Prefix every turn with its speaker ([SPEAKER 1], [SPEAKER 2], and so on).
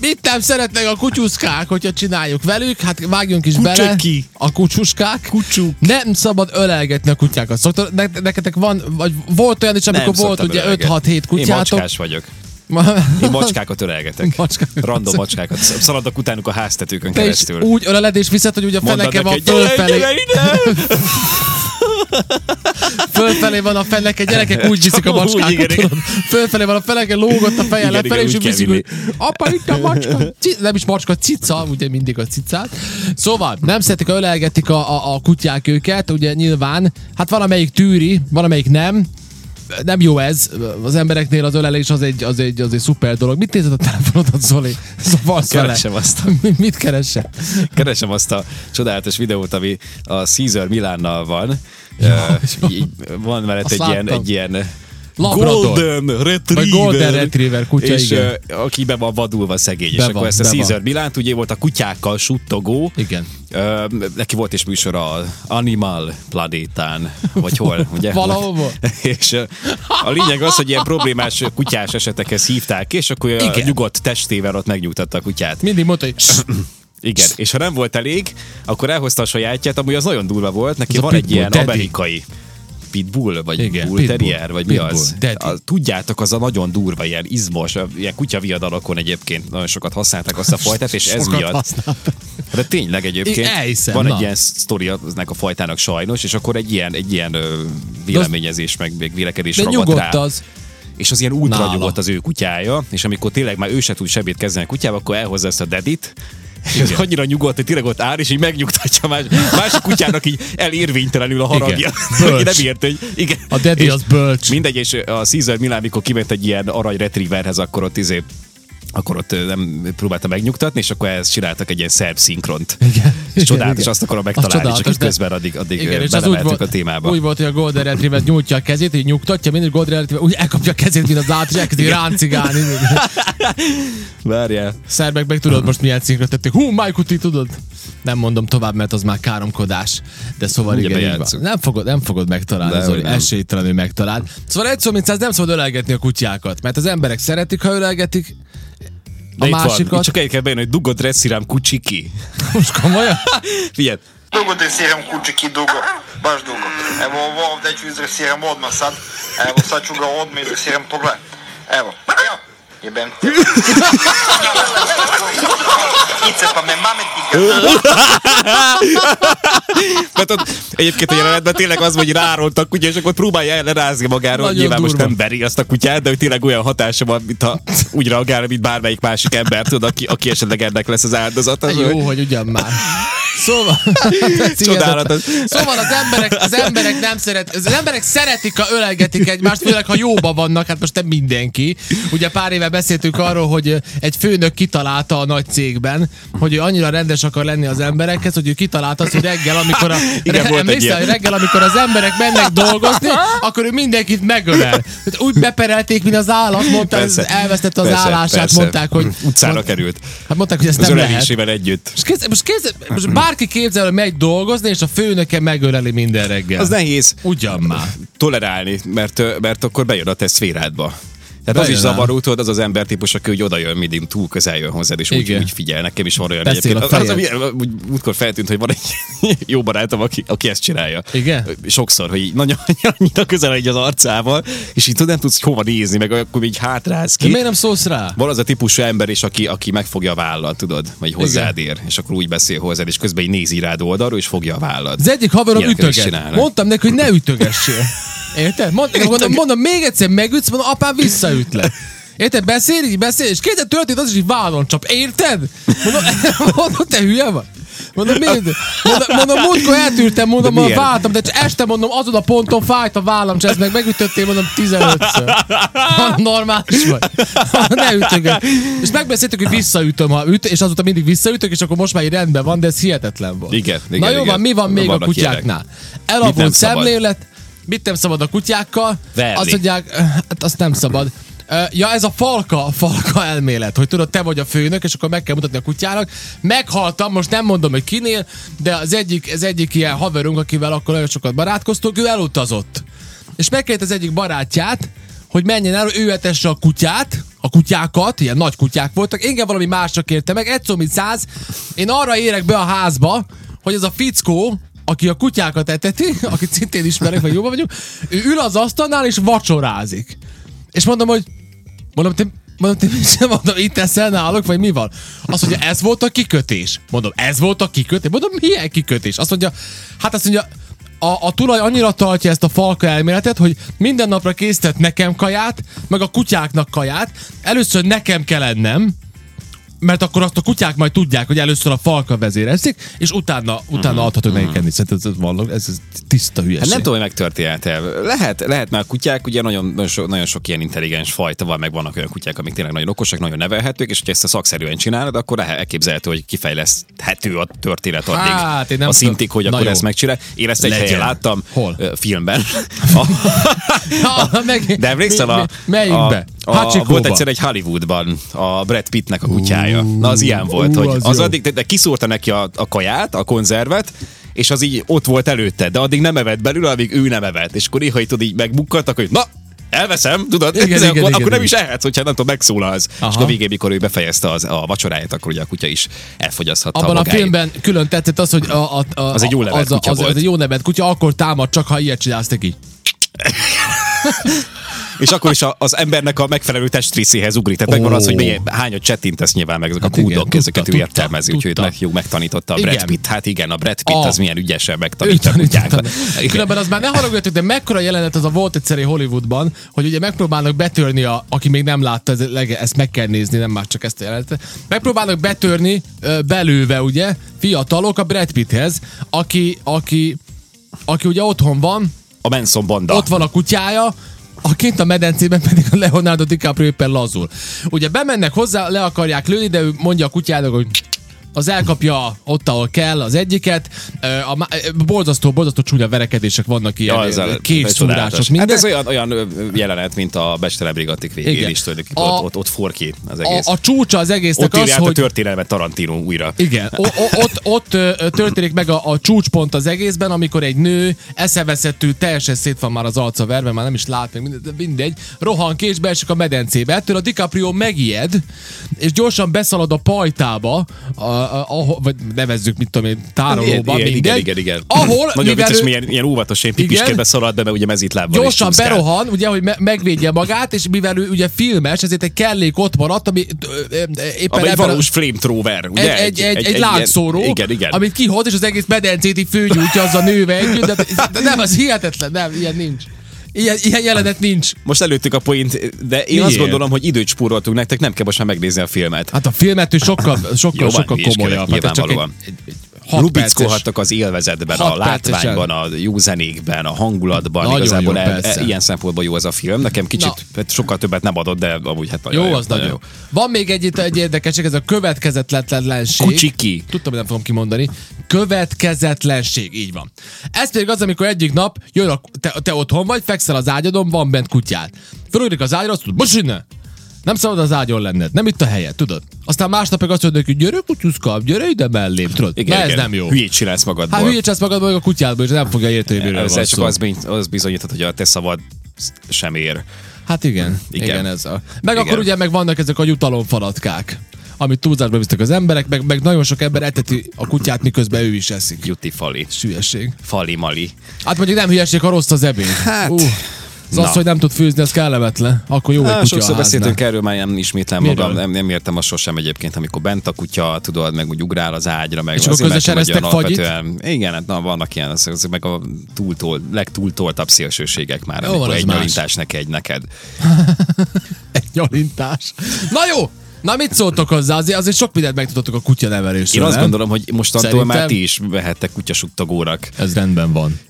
[SPEAKER 1] Mit nem szeretnek a kutyuszkák, hogyha csináljuk velük? Hát vágjunk is bele.
[SPEAKER 2] Kutyuki.
[SPEAKER 1] A kucsuskák.
[SPEAKER 2] Kucsuk.
[SPEAKER 1] Nem szabad ölelgetni a kutyákat. Szokta, ne, nektek van, vagy volt olyan is, amikor volt
[SPEAKER 2] szoktam
[SPEAKER 1] ugye
[SPEAKER 2] ölelgetni.
[SPEAKER 1] 5-6-7
[SPEAKER 2] Én
[SPEAKER 1] kutyátok.
[SPEAKER 2] macskás vagyok. Én macskákat ölelgetek.
[SPEAKER 1] Macskákat.
[SPEAKER 2] Random macskákat. Szaladok utánuk a háztetőkön
[SPEAKER 1] Te is
[SPEAKER 2] keresztül.
[SPEAKER 1] úgy öleled és viszed, hogy ugye a
[SPEAKER 2] Mondanak,
[SPEAKER 1] feneke van
[SPEAKER 2] hogy gyere,
[SPEAKER 1] fölfelé.
[SPEAKER 2] gyere ide!
[SPEAKER 1] Fölfelé van a feneke, gyerekek úgy viszik a
[SPEAKER 2] Csak úgy, igen,
[SPEAKER 1] macskákat.
[SPEAKER 2] igen.
[SPEAKER 1] tudod. Fölfelé van a feneke, lógott a feje
[SPEAKER 2] Igen,
[SPEAKER 1] lefelé,
[SPEAKER 2] igen,
[SPEAKER 1] és
[SPEAKER 2] úgy
[SPEAKER 1] úgy
[SPEAKER 2] kell
[SPEAKER 1] viszik,
[SPEAKER 2] vinni.
[SPEAKER 1] hogy apa itt a macska, ci- nem is macska, cica, ugye mindig a cicát. Szóval nem szeretik, ha ölelgetik a, a, a kutyák őket, ugye nyilván, hát valamelyik tűri, valamelyik nem, nem jó ez, az embereknél az ölelés az egy, az egy, az egy szuper dolog. Mit nézed a telefonodat, Zoli? Szóval vele.
[SPEAKER 2] Keresem azt a
[SPEAKER 1] Mi- Mit keresel?
[SPEAKER 2] keresem azt a csodálatos videót, ami a Caesar Milánnal van. Ja,
[SPEAKER 1] jó.
[SPEAKER 2] van mellett
[SPEAKER 1] Azt
[SPEAKER 2] egy ilyen,
[SPEAKER 1] láttam.
[SPEAKER 2] egy ilyen
[SPEAKER 1] Labrador.
[SPEAKER 2] Golden Retriever.
[SPEAKER 1] Vagy Golden Retriever kutya,
[SPEAKER 2] és,
[SPEAKER 1] igen.
[SPEAKER 2] ö, aki be van vadulva szegény.
[SPEAKER 1] Be
[SPEAKER 2] és
[SPEAKER 1] van,
[SPEAKER 2] akkor ezt a
[SPEAKER 1] be van.
[SPEAKER 2] Caesar Milánt, ugye volt a kutyákkal suttogó.
[SPEAKER 1] Igen.
[SPEAKER 2] Ö, neki volt is műsora a Animal Planétán, vagy hol, ugye?
[SPEAKER 1] Valahol volt.
[SPEAKER 2] És ö, a lényeg az, hogy ilyen problémás kutyás esetekhez hívták, és akkor Igen.
[SPEAKER 1] Igen.
[SPEAKER 2] a nyugodt testével ott megnyugtatta a kutyát.
[SPEAKER 1] Mindig mondta, hogy "Ssss,
[SPEAKER 2] Igen, és ha nem volt elég, akkor elhozta a sajátját, amúgy az nagyon durva volt, neki
[SPEAKER 1] Ez a
[SPEAKER 2] van egy
[SPEAKER 1] pitbull,
[SPEAKER 2] ilyen
[SPEAKER 1] Teddy.
[SPEAKER 2] amerikai pitbull, vagy
[SPEAKER 1] Igen,
[SPEAKER 2] Igen, bull
[SPEAKER 1] pitbull,
[SPEAKER 2] terrier, vagy
[SPEAKER 1] pitbull,
[SPEAKER 2] mi az?
[SPEAKER 1] Teddy.
[SPEAKER 2] A, tudjátok, az a nagyon durva, ilyen izmos, a- ilyen kutyaviadalokon egyébként nagyon sokat használták azt a fajtát, és ez
[SPEAKER 1] sokat
[SPEAKER 2] miatt.
[SPEAKER 1] használtam."
[SPEAKER 2] De tényleg egyébként
[SPEAKER 1] Én elhiszem,
[SPEAKER 2] van
[SPEAKER 1] na.
[SPEAKER 2] egy ilyen sztoria ennek a fajtának sajnos, és akkor egy ilyen, egy ilyen ö, véleményezés, meg meg vélekedés
[SPEAKER 1] De
[SPEAKER 2] ragadt rá
[SPEAKER 1] nyugodt az.
[SPEAKER 2] és az ilyen ultra
[SPEAKER 1] Nála.
[SPEAKER 2] nyugodt az ő kutyája, és amikor tényleg már ő se tud sebét kezdeni a kutyával, akkor elhozza ezt a dedit, és az annyira nyugodt, hogy tényleg ott áll, és így megnyugtatja más, másik kutyának így elérvénytelenül a haragja.
[SPEAKER 1] Igen.
[SPEAKER 2] Aki nem
[SPEAKER 1] Bölcs.
[SPEAKER 2] ért, hogy igen.
[SPEAKER 1] A Daddy
[SPEAKER 2] És
[SPEAKER 1] az bölcs.
[SPEAKER 2] Mindegy, és a Caesar Milán, mikor kiment egy ilyen arany retrieverhez, akkor ott izé akkor ott ö, nem próbálta megnyugtatni, és akkor ezt csináltak egy ilyen szerb szinkront.
[SPEAKER 1] Igen.
[SPEAKER 2] És csodálatos,
[SPEAKER 1] Igen.
[SPEAKER 2] azt akarom megtalálni,
[SPEAKER 1] Az
[SPEAKER 2] csak
[SPEAKER 1] csodálatos,
[SPEAKER 2] így
[SPEAKER 1] de-
[SPEAKER 2] közben addig, addig
[SPEAKER 1] Igen,
[SPEAKER 2] ö,
[SPEAKER 1] és az úgy
[SPEAKER 2] belemeltünk
[SPEAKER 1] volt,
[SPEAKER 2] a témába.
[SPEAKER 1] Úgy volt, hogy a Golden Retriever nyújtja a kezét, így nyugtatja, mindig Golden Retriever úgy elkapja a kezét, mint az állat, és elkezdi ráncigálni.
[SPEAKER 2] Várjál.
[SPEAKER 1] Szerbek meg tudod most milyen szinkra tették. Hú, Májkuti, tudod? Nem mondom tovább, mert az már káromkodás. De szóval
[SPEAKER 2] Ugye
[SPEAKER 1] igen, így van.
[SPEAKER 2] bejátszunk.
[SPEAKER 1] nem fogod, nem fogod megtalálni,
[SPEAKER 2] De,
[SPEAKER 1] Zoli.
[SPEAKER 2] hogy nem.
[SPEAKER 1] Esélytelenül megtaláld. Szóval egy szó, mint száz, nem szabad ölelgetni a kutyákat, mert az emberek szeretik, ha ölelgetik,
[SPEAKER 2] De
[SPEAKER 1] a
[SPEAKER 2] itt másikat... van.
[SPEAKER 1] másikat.
[SPEAKER 2] Itt csak egy kell bejönni, hogy dugod reszirám kucsiki.
[SPEAKER 1] Most komolyan?
[SPEAKER 2] Figyelj,
[SPEAKER 3] Dugo tresiram kučeki dugo, baš dugo. Evo ovo ovdje ću izresiram odmah sad. Evo sad ću ga odmah izresiram, pogledaj. Evo, ja, jebem te. Ice pa me mame ti ga.
[SPEAKER 2] mert ott egyébként a jelenetben tényleg az, hogy rárolt a kutya, és akkor próbálja ellenázni magáról.
[SPEAKER 1] Nagyon
[SPEAKER 2] Nagyon Nyilván
[SPEAKER 1] durva.
[SPEAKER 2] most nem veri azt a kutyát, de hogy tényleg olyan hatása van, mint ha úgy reagál, mint bármelyik másik ember, tudod, aki, aki esetleg ennek lesz az áldozata.
[SPEAKER 1] Jó, hogy ugyan már. Szóval,
[SPEAKER 2] Csodálatos.
[SPEAKER 1] szóval az, emberek, az emberek nem szeret, az emberek szeretik, ha ölelgetik egymást, főleg ha jóba vannak, hát most nem mindenki. Ugye pár éve beszéltünk arról, hogy egy főnök kitalálta a nagy cégben, hogy ő annyira rendes akar lenni az emberekhez, hogy ő kitalálta azt, hogy reggel, amikor a,
[SPEAKER 2] Igen, volt egy
[SPEAKER 1] emlékszel,
[SPEAKER 2] ilyen.
[SPEAKER 1] hogy reggel, amikor az emberek mennek dolgozni, akkor ő mindenkit megölel. Hát Úgy beperelték, mint az állat, mondták,
[SPEAKER 2] Persze.
[SPEAKER 1] elvesztette az
[SPEAKER 2] Persze,
[SPEAKER 1] állását,
[SPEAKER 2] persze.
[SPEAKER 1] mondták, hogy...
[SPEAKER 2] Utcára került.
[SPEAKER 1] Hát mondták, hogy ez
[SPEAKER 2] Az
[SPEAKER 1] nem lehet.
[SPEAKER 2] ölelésével együtt.
[SPEAKER 1] És képzel, most, képzel, most bárki képzel, hogy megy dolgozni, és a főnöke megöleli minden reggel.
[SPEAKER 2] Az nehéz
[SPEAKER 1] Ugyan már.
[SPEAKER 2] tolerálni, mert, ö, mert akkor bejön a te szféráddba. Tehát az
[SPEAKER 1] Bejön
[SPEAKER 2] is
[SPEAKER 1] ám.
[SPEAKER 2] zavaró, tudod, az az ember típus, aki úgy oda jön, mindig túl közel jön hozzád, és úgy,
[SPEAKER 1] Igen.
[SPEAKER 2] úgy figyel. Nekem is van olyan
[SPEAKER 1] Beszél
[SPEAKER 2] egyébként.
[SPEAKER 1] a
[SPEAKER 2] Az, az,
[SPEAKER 1] fejed.
[SPEAKER 2] ami- úgy, múltkor feltűnt, hogy van egy jó barátom, aki, aki ezt csinálja.
[SPEAKER 1] Igen?
[SPEAKER 2] Sokszor, hogy így nagyon, annyira közel egy az arcával, és így tudod, nem tudsz hova nézni, meg akkor így hátráz
[SPEAKER 1] De
[SPEAKER 2] ki.
[SPEAKER 1] miért nem szólsz rá?
[SPEAKER 2] Van az a típusú ember is, aki, aki megfogja a vállal, tudod, vagy hozzád ér, és akkor úgy beszél hozzád, és közben így nézi rád oldalról, és fogja a vállad.
[SPEAKER 1] Az egyik haverom
[SPEAKER 2] Ilyeneket is
[SPEAKER 1] ütöget.
[SPEAKER 2] csinálnak.
[SPEAKER 1] Mondtam neki, hogy ne ütögessél. Érted? Mondtam, mondom, mondom, még egyszer megütsz, mondom, apám visszaütlek. Érted? Beszél, így beszél, és kétszer történt az is, így vállon csap. Érted? Mondom, mondom te hülye vagy? Mondom, miért? Mondom, mondom múltkor eltűrtem, mondom,
[SPEAKER 2] De
[SPEAKER 1] a
[SPEAKER 2] milyen?
[SPEAKER 1] váltam, de este mondom, azon a ponton fájt a vállam, és ezt meg megütöttél, mondom, 15-ször. Mondom, Normális vagy. Mondom, Ne ütöget. És megbeszéltük, hogy visszaütöm, ha üt, és azóta mindig visszaütök, és akkor most már így rendben van, de ez hihetetlen volt.
[SPEAKER 2] Igen, igen,
[SPEAKER 1] Na jó
[SPEAKER 2] igen.
[SPEAKER 1] van, mi van még a
[SPEAKER 2] Vannak ilyenek.
[SPEAKER 1] kutyáknál?
[SPEAKER 2] Mit nem
[SPEAKER 1] Elavult
[SPEAKER 2] szabad?
[SPEAKER 1] szemlélet, mit nem szabad a kutyákkal,
[SPEAKER 2] Verni.
[SPEAKER 1] azt mondják, eh, hát azt nem szabad. Ö, Ja, ez a falka, falka elmélet, hogy tudod, te vagy a főnök, és akkor meg kell mutatni a kutyának. Meghaltam, most nem mondom, hogy kinél, de az egyik, az egyik ilyen haverunk, akivel akkor nagyon sokat barátkoztunk, ő elutazott. És megkérte az egyik barátját, hogy menjen el, ő etesse a kutyát, a kutyákat, ilyen nagy kutyák voltak, engem valami másra kérte meg, egyszer mint száz, én arra érek be a házba, hogy ez a fickó, aki a kutyákat eteti, akit szintén ismerek, vagy jobban vagyunk, ő ül az asztalnál és vacsorázik. És mondom, hogy mondom, te Mondom, te sem mondom, itt eszel náluk, vagy mi van? Azt mondja, ez volt a kikötés. Mondom, ez volt a kikötés. Mondom, milyen kikötés? Azt mondja, hát azt mondja, a, a tulaj annyira tartja ezt a falka elméletet, hogy minden napra készített nekem kaját, meg a kutyáknak kaját. Először nekem kell ennem, mert akkor azt a kutyák majd tudják, hogy először a falka vezérezték, és utána, utána adhatok nekik enni. Szerintem ez, ez, valami- ez, ez tiszta hülyeség.
[SPEAKER 2] Mhm. Hát nem tudom, hogy megtörtént-e. Lehet, lehet, mert a kutyák ugye nagyon, nagyon, sok, nagyon sok ilyen intelligens fajta van, meg vannak olyan kutyák, amik tényleg nagyon okosak, nagyon nevelhetők, és ha ezt a szakszerűen csinálod, akkor lehet elképzelhető, hogy kifejleszthető a történet addig.
[SPEAKER 1] Hát, én nem
[SPEAKER 2] a
[SPEAKER 1] tudom.
[SPEAKER 2] szintig, hogy
[SPEAKER 1] Na
[SPEAKER 2] akkor
[SPEAKER 1] jó.
[SPEAKER 2] ezt megcsinál. Én ezt egy
[SPEAKER 1] Legyen.
[SPEAKER 2] helyen láttam
[SPEAKER 1] Hol?
[SPEAKER 2] ö, filmben.
[SPEAKER 1] Ha, meg-
[SPEAKER 2] De emlékszel
[SPEAKER 1] mi-
[SPEAKER 2] a...
[SPEAKER 1] mi- Melyikbe?
[SPEAKER 2] A, a,
[SPEAKER 1] Hachikóba?
[SPEAKER 2] volt egyszer egy Hollywoodban a Brad Pittnek a kutyája. Na az ilyen volt,
[SPEAKER 1] ú,
[SPEAKER 2] hogy
[SPEAKER 1] az
[SPEAKER 2] az
[SPEAKER 1] jó.
[SPEAKER 2] addig, de, de kiszúrta neki a, a kaját, a konzervet, és az így ott volt előtte, de addig nem evett belőle, amíg ő nem evett. És akkor néha itt tudod, így megbukkantak, hogy na, elveszem, tudod,
[SPEAKER 1] Igen,
[SPEAKER 2] igen,
[SPEAKER 1] igen,
[SPEAKER 2] akkor,
[SPEAKER 1] igen,
[SPEAKER 2] akkor nem
[SPEAKER 1] igen.
[SPEAKER 2] is ehetsz, hogyha nem tudom, megszólalsz.
[SPEAKER 1] Aha.
[SPEAKER 2] És akkor végén, mikor ő befejezte az, a vacsoráját, akkor ugye a kutya is elfogyaszthatta
[SPEAKER 1] Abban a
[SPEAKER 2] magáét.
[SPEAKER 1] filmben külön tetszett az, hogy a, a, a,
[SPEAKER 2] Az egy jó nevelt
[SPEAKER 1] az, a-
[SPEAKER 2] kutya
[SPEAKER 1] az,
[SPEAKER 2] volt.
[SPEAKER 1] az, egy jó nevelt kutya, akkor támad, csak ha ilyet csinálsz neki.
[SPEAKER 2] És akkor is a, az embernek a megfelelő testrészéhez ugrít. Tehát megvan
[SPEAKER 1] Ó.
[SPEAKER 2] az, hogy milyen, hányat csettintesz nyilván meg ezek a
[SPEAKER 1] Hát igen,
[SPEAKER 2] kúdok,
[SPEAKER 1] tudta,
[SPEAKER 2] ezeket ő
[SPEAKER 1] tudta,
[SPEAKER 2] értelmezi, úgyhogy
[SPEAKER 1] tudta.
[SPEAKER 2] meg jó megtanította a
[SPEAKER 1] Igen.
[SPEAKER 2] Brad Pitt. Hát igen, a Brad Pitt
[SPEAKER 1] A.
[SPEAKER 2] az milyen ügyesen
[SPEAKER 1] Ő
[SPEAKER 2] megtanítja a
[SPEAKER 1] tanította.
[SPEAKER 2] kutyákat. Igen.
[SPEAKER 1] Különben az már ne haragudjatok, de mekkora jelenet az a volt egyszerű Hollywoodban, hogy ugye megpróbálnak betörni, a, aki még nem látta, ez, lege- ezt meg kell nézni, nem már csak ezt a jelenetet. Megpróbálnak betörni ö, belőve, ugye, fiatalok a Brad Pitthez, aki, aki, aki ugye otthon van,
[SPEAKER 2] A Manson banda.
[SPEAKER 1] Ott van a kutyája, a kint a medencében pedig a Leonardo DiCaprio éppen lazul. Ugye bemennek hozzá, le akarják lőni, de ő mondja a kutyának, hogy az elkapja ott, ahol kell az egyiket. Ö, A má- ö, borzasztó, borzasztó csúnya verekedések vannak ilyen
[SPEAKER 2] Ja, ez a-
[SPEAKER 1] ö,
[SPEAKER 2] ez
[SPEAKER 1] készszúrások.
[SPEAKER 2] csodálatos.
[SPEAKER 1] minden.
[SPEAKER 2] Hát ez olyan, olyan ö, jelenet, mint a Bestelem Brigatik végén
[SPEAKER 1] Igen.
[SPEAKER 2] is tulajdonképpen.
[SPEAKER 1] A-
[SPEAKER 2] Ott, ott, ott for ki az egész.
[SPEAKER 1] a, a csúcsa az egésznek az,
[SPEAKER 2] ott írja át a
[SPEAKER 1] hogy...
[SPEAKER 2] történelmet Tarantino újra.
[SPEAKER 1] Igen, o- o- ott, ott ö, ö, történik meg a, a csúcspont az egészben, amikor egy nő eszeveszettű, teljesen szét van már az arca verve, már nem is lát meg, mindegy, de mindegy rohan ki és beesik a medencébe. Ettől a DiCaprio megijed, és gyorsan beszalad a pajtába, a, a, a, vagy nevezzük, mit tudom én, tárolóba,
[SPEAKER 2] igen,
[SPEAKER 1] mindegy.
[SPEAKER 2] igen, igen, igen.
[SPEAKER 1] Ahol,
[SPEAKER 2] Nagyon
[SPEAKER 1] mivel
[SPEAKER 2] vicces,
[SPEAKER 1] ő-
[SPEAKER 2] milyen, ilyen óvatos, ilyen
[SPEAKER 1] Igen.
[SPEAKER 2] pipisként beszalad be, mert ugye mezítlábbal is
[SPEAKER 1] Gyorsan
[SPEAKER 2] csúszkál.
[SPEAKER 1] berohan, ugye, hogy me- megvédje magát, és mivel ő ugye filmes, ezért egy kellék ott maradt, ami ö, ö, ö, éppen
[SPEAKER 2] Ami egy
[SPEAKER 1] ebben a-
[SPEAKER 2] valós flamethrower,
[SPEAKER 1] egy,
[SPEAKER 2] ugye?
[SPEAKER 1] egy, egy, egy, egy
[SPEAKER 2] ilyen-
[SPEAKER 1] lángszóró,
[SPEAKER 2] Igen, igen.
[SPEAKER 1] amit kihoz, és az egész medencét így főgyújtja az a nővel együtt. De, de nem, az hihetetlen, nem, ilyen nincs. Ilyen, ilyen jelenet nincs.
[SPEAKER 2] Most előttük a point, de én
[SPEAKER 1] Miért?
[SPEAKER 2] azt gondolom, hogy időt spóroltunk nektek, nem kell most már megnézni a filmet. Hát,
[SPEAKER 1] Hát a filmet ő sokkal, sokkal,
[SPEAKER 2] Jó,
[SPEAKER 1] sokkal
[SPEAKER 2] mi is kellett,
[SPEAKER 1] komolyabb. Hát ez csak egy,
[SPEAKER 2] nyilvánvalóan. hát
[SPEAKER 1] egy, egy hat perces-
[SPEAKER 2] Lubickolhattak az élvezetben, a
[SPEAKER 1] Hat percesen.
[SPEAKER 2] látványban, a jó zenékben, a hangulatban.
[SPEAKER 1] Nagyon
[SPEAKER 2] Igazából
[SPEAKER 1] jó,
[SPEAKER 2] e- e-
[SPEAKER 1] persze.
[SPEAKER 2] ilyen szempontból jó ez a film. Nekem
[SPEAKER 1] Na.
[SPEAKER 2] kicsit hát sokkal többet nem adott, de amúgy hát nagyon
[SPEAKER 1] Jó, az nagyon jó. Van még egy, itt egy érdekesség, ez a következetletlenség.
[SPEAKER 2] Kucsiki.
[SPEAKER 1] Tudtam, hogy nem fogom kimondani. Következetlenség, így van. Ez pedig az, amikor egyik nap jön a, te, te otthon vagy, fekszel az ágyadon, van bent kutyád. Fölugrik az ágyra, azt tudod, most innen! Nem szabad az ágyon lenned, nem itt a helye, tudod? Aztán másnap meg azt mondod, hogy gyere kutyuszka, gyere ide mellém, tudod?
[SPEAKER 2] Igen,
[SPEAKER 1] Na, ez
[SPEAKER 2] igen.
[SPEAKER 1] nem jó.
[SPEAKER 2] Hülyét csinálsz magadból.
[SPEAKER 1] Hát hülyét csinálsz magadból, meg a kutyádból, és nem fogja érteni, hogy miről van
[SPEAKER 2] Ezzel csak
[SPEAKER 1] szó.
[SPEAKER 2] az, bin- az bizonyíthat, hogy a te szavad sem ér.
[SPEAKER 1] Hát igen, igen,
[SPEAKER 2] Igen.
[SPEAKER 1] igen ez a. Meg igen.
[SPEAKER 2] Igen.
[SPEAKER 1] akkor ugye meg vannak ezek a jutalomfalatkák, amit túlzásba visznek az emberek, meg, meg nagyon sok ember eteti a kutyát, miközben ő is eszik.
[SPEAKER 2] Juti fali.
[SPEAKER 1] Hülyeség.
[SPEAKER 2] Fali-mali.
[SPEAKER 1] Hát mondjuk nem hülyeség, ha rossz az ebéd.
[SPEAKER 2] Hát,
[SPEAKER 1] Ú, az, az,
[SPEAKER 2] na.
[SPEAKER 1] hogy nem tud főzni, az kellemetlen. Akkor jó,
[SPEAKER 2] Á,
[SPEAKER 1] hogy kutya
[SPEAKER 2] Sokszor
[SPEAKER 1] a háznál.
[SPEAKER 2] beszéltünk erről, már nem ismétlem
[SPEAKER 1] Miről?
[SPEAKER 2] magam, nem, nem értem azt sosem egyébként, amikor bent a kutya, tudod, meg úgy ugrál az ágyra, meg
[SPEAKER 1] És akkor
[SPEAKER 2] azért, mert
[SPEAKER 1] közösen
[SPEAKER 2] nagyon
[SPEAKER 1] eztek fagyit?
[SPEAKER 2] alapvetően- Igen, hát na, vannak ilyen, az, az meg a túltól, legtúltoltabb szélsőségek már,
[SPEAKER 1] Jó,
[SPEAKER 2] amikor
[SPEAKER 1] van, az
[SPEAKER 2] egy
[SPEAKER 1] más.
[SPEAKER 2] nyalintás neki, egy neked.
[SPEAKER 1] Egy nyalintás. Na jó! Na mit szóltok hozzá? Azért, azért sok mindent megtudottuk a kutya nevelésről,
[SPEAKER 2] Én
[SPEAKER 1] Szóval
[SPEAKER 2] azt
[SPEAKER 1] nem?
[SPEAKER 2] gondolom, hogy mostantól
[SPEAKER 1] Szerintem-
[SPEAKER 2] már ti is vehettek kutyasuttagórak.
[SPEAKER 1] Ez rendben van.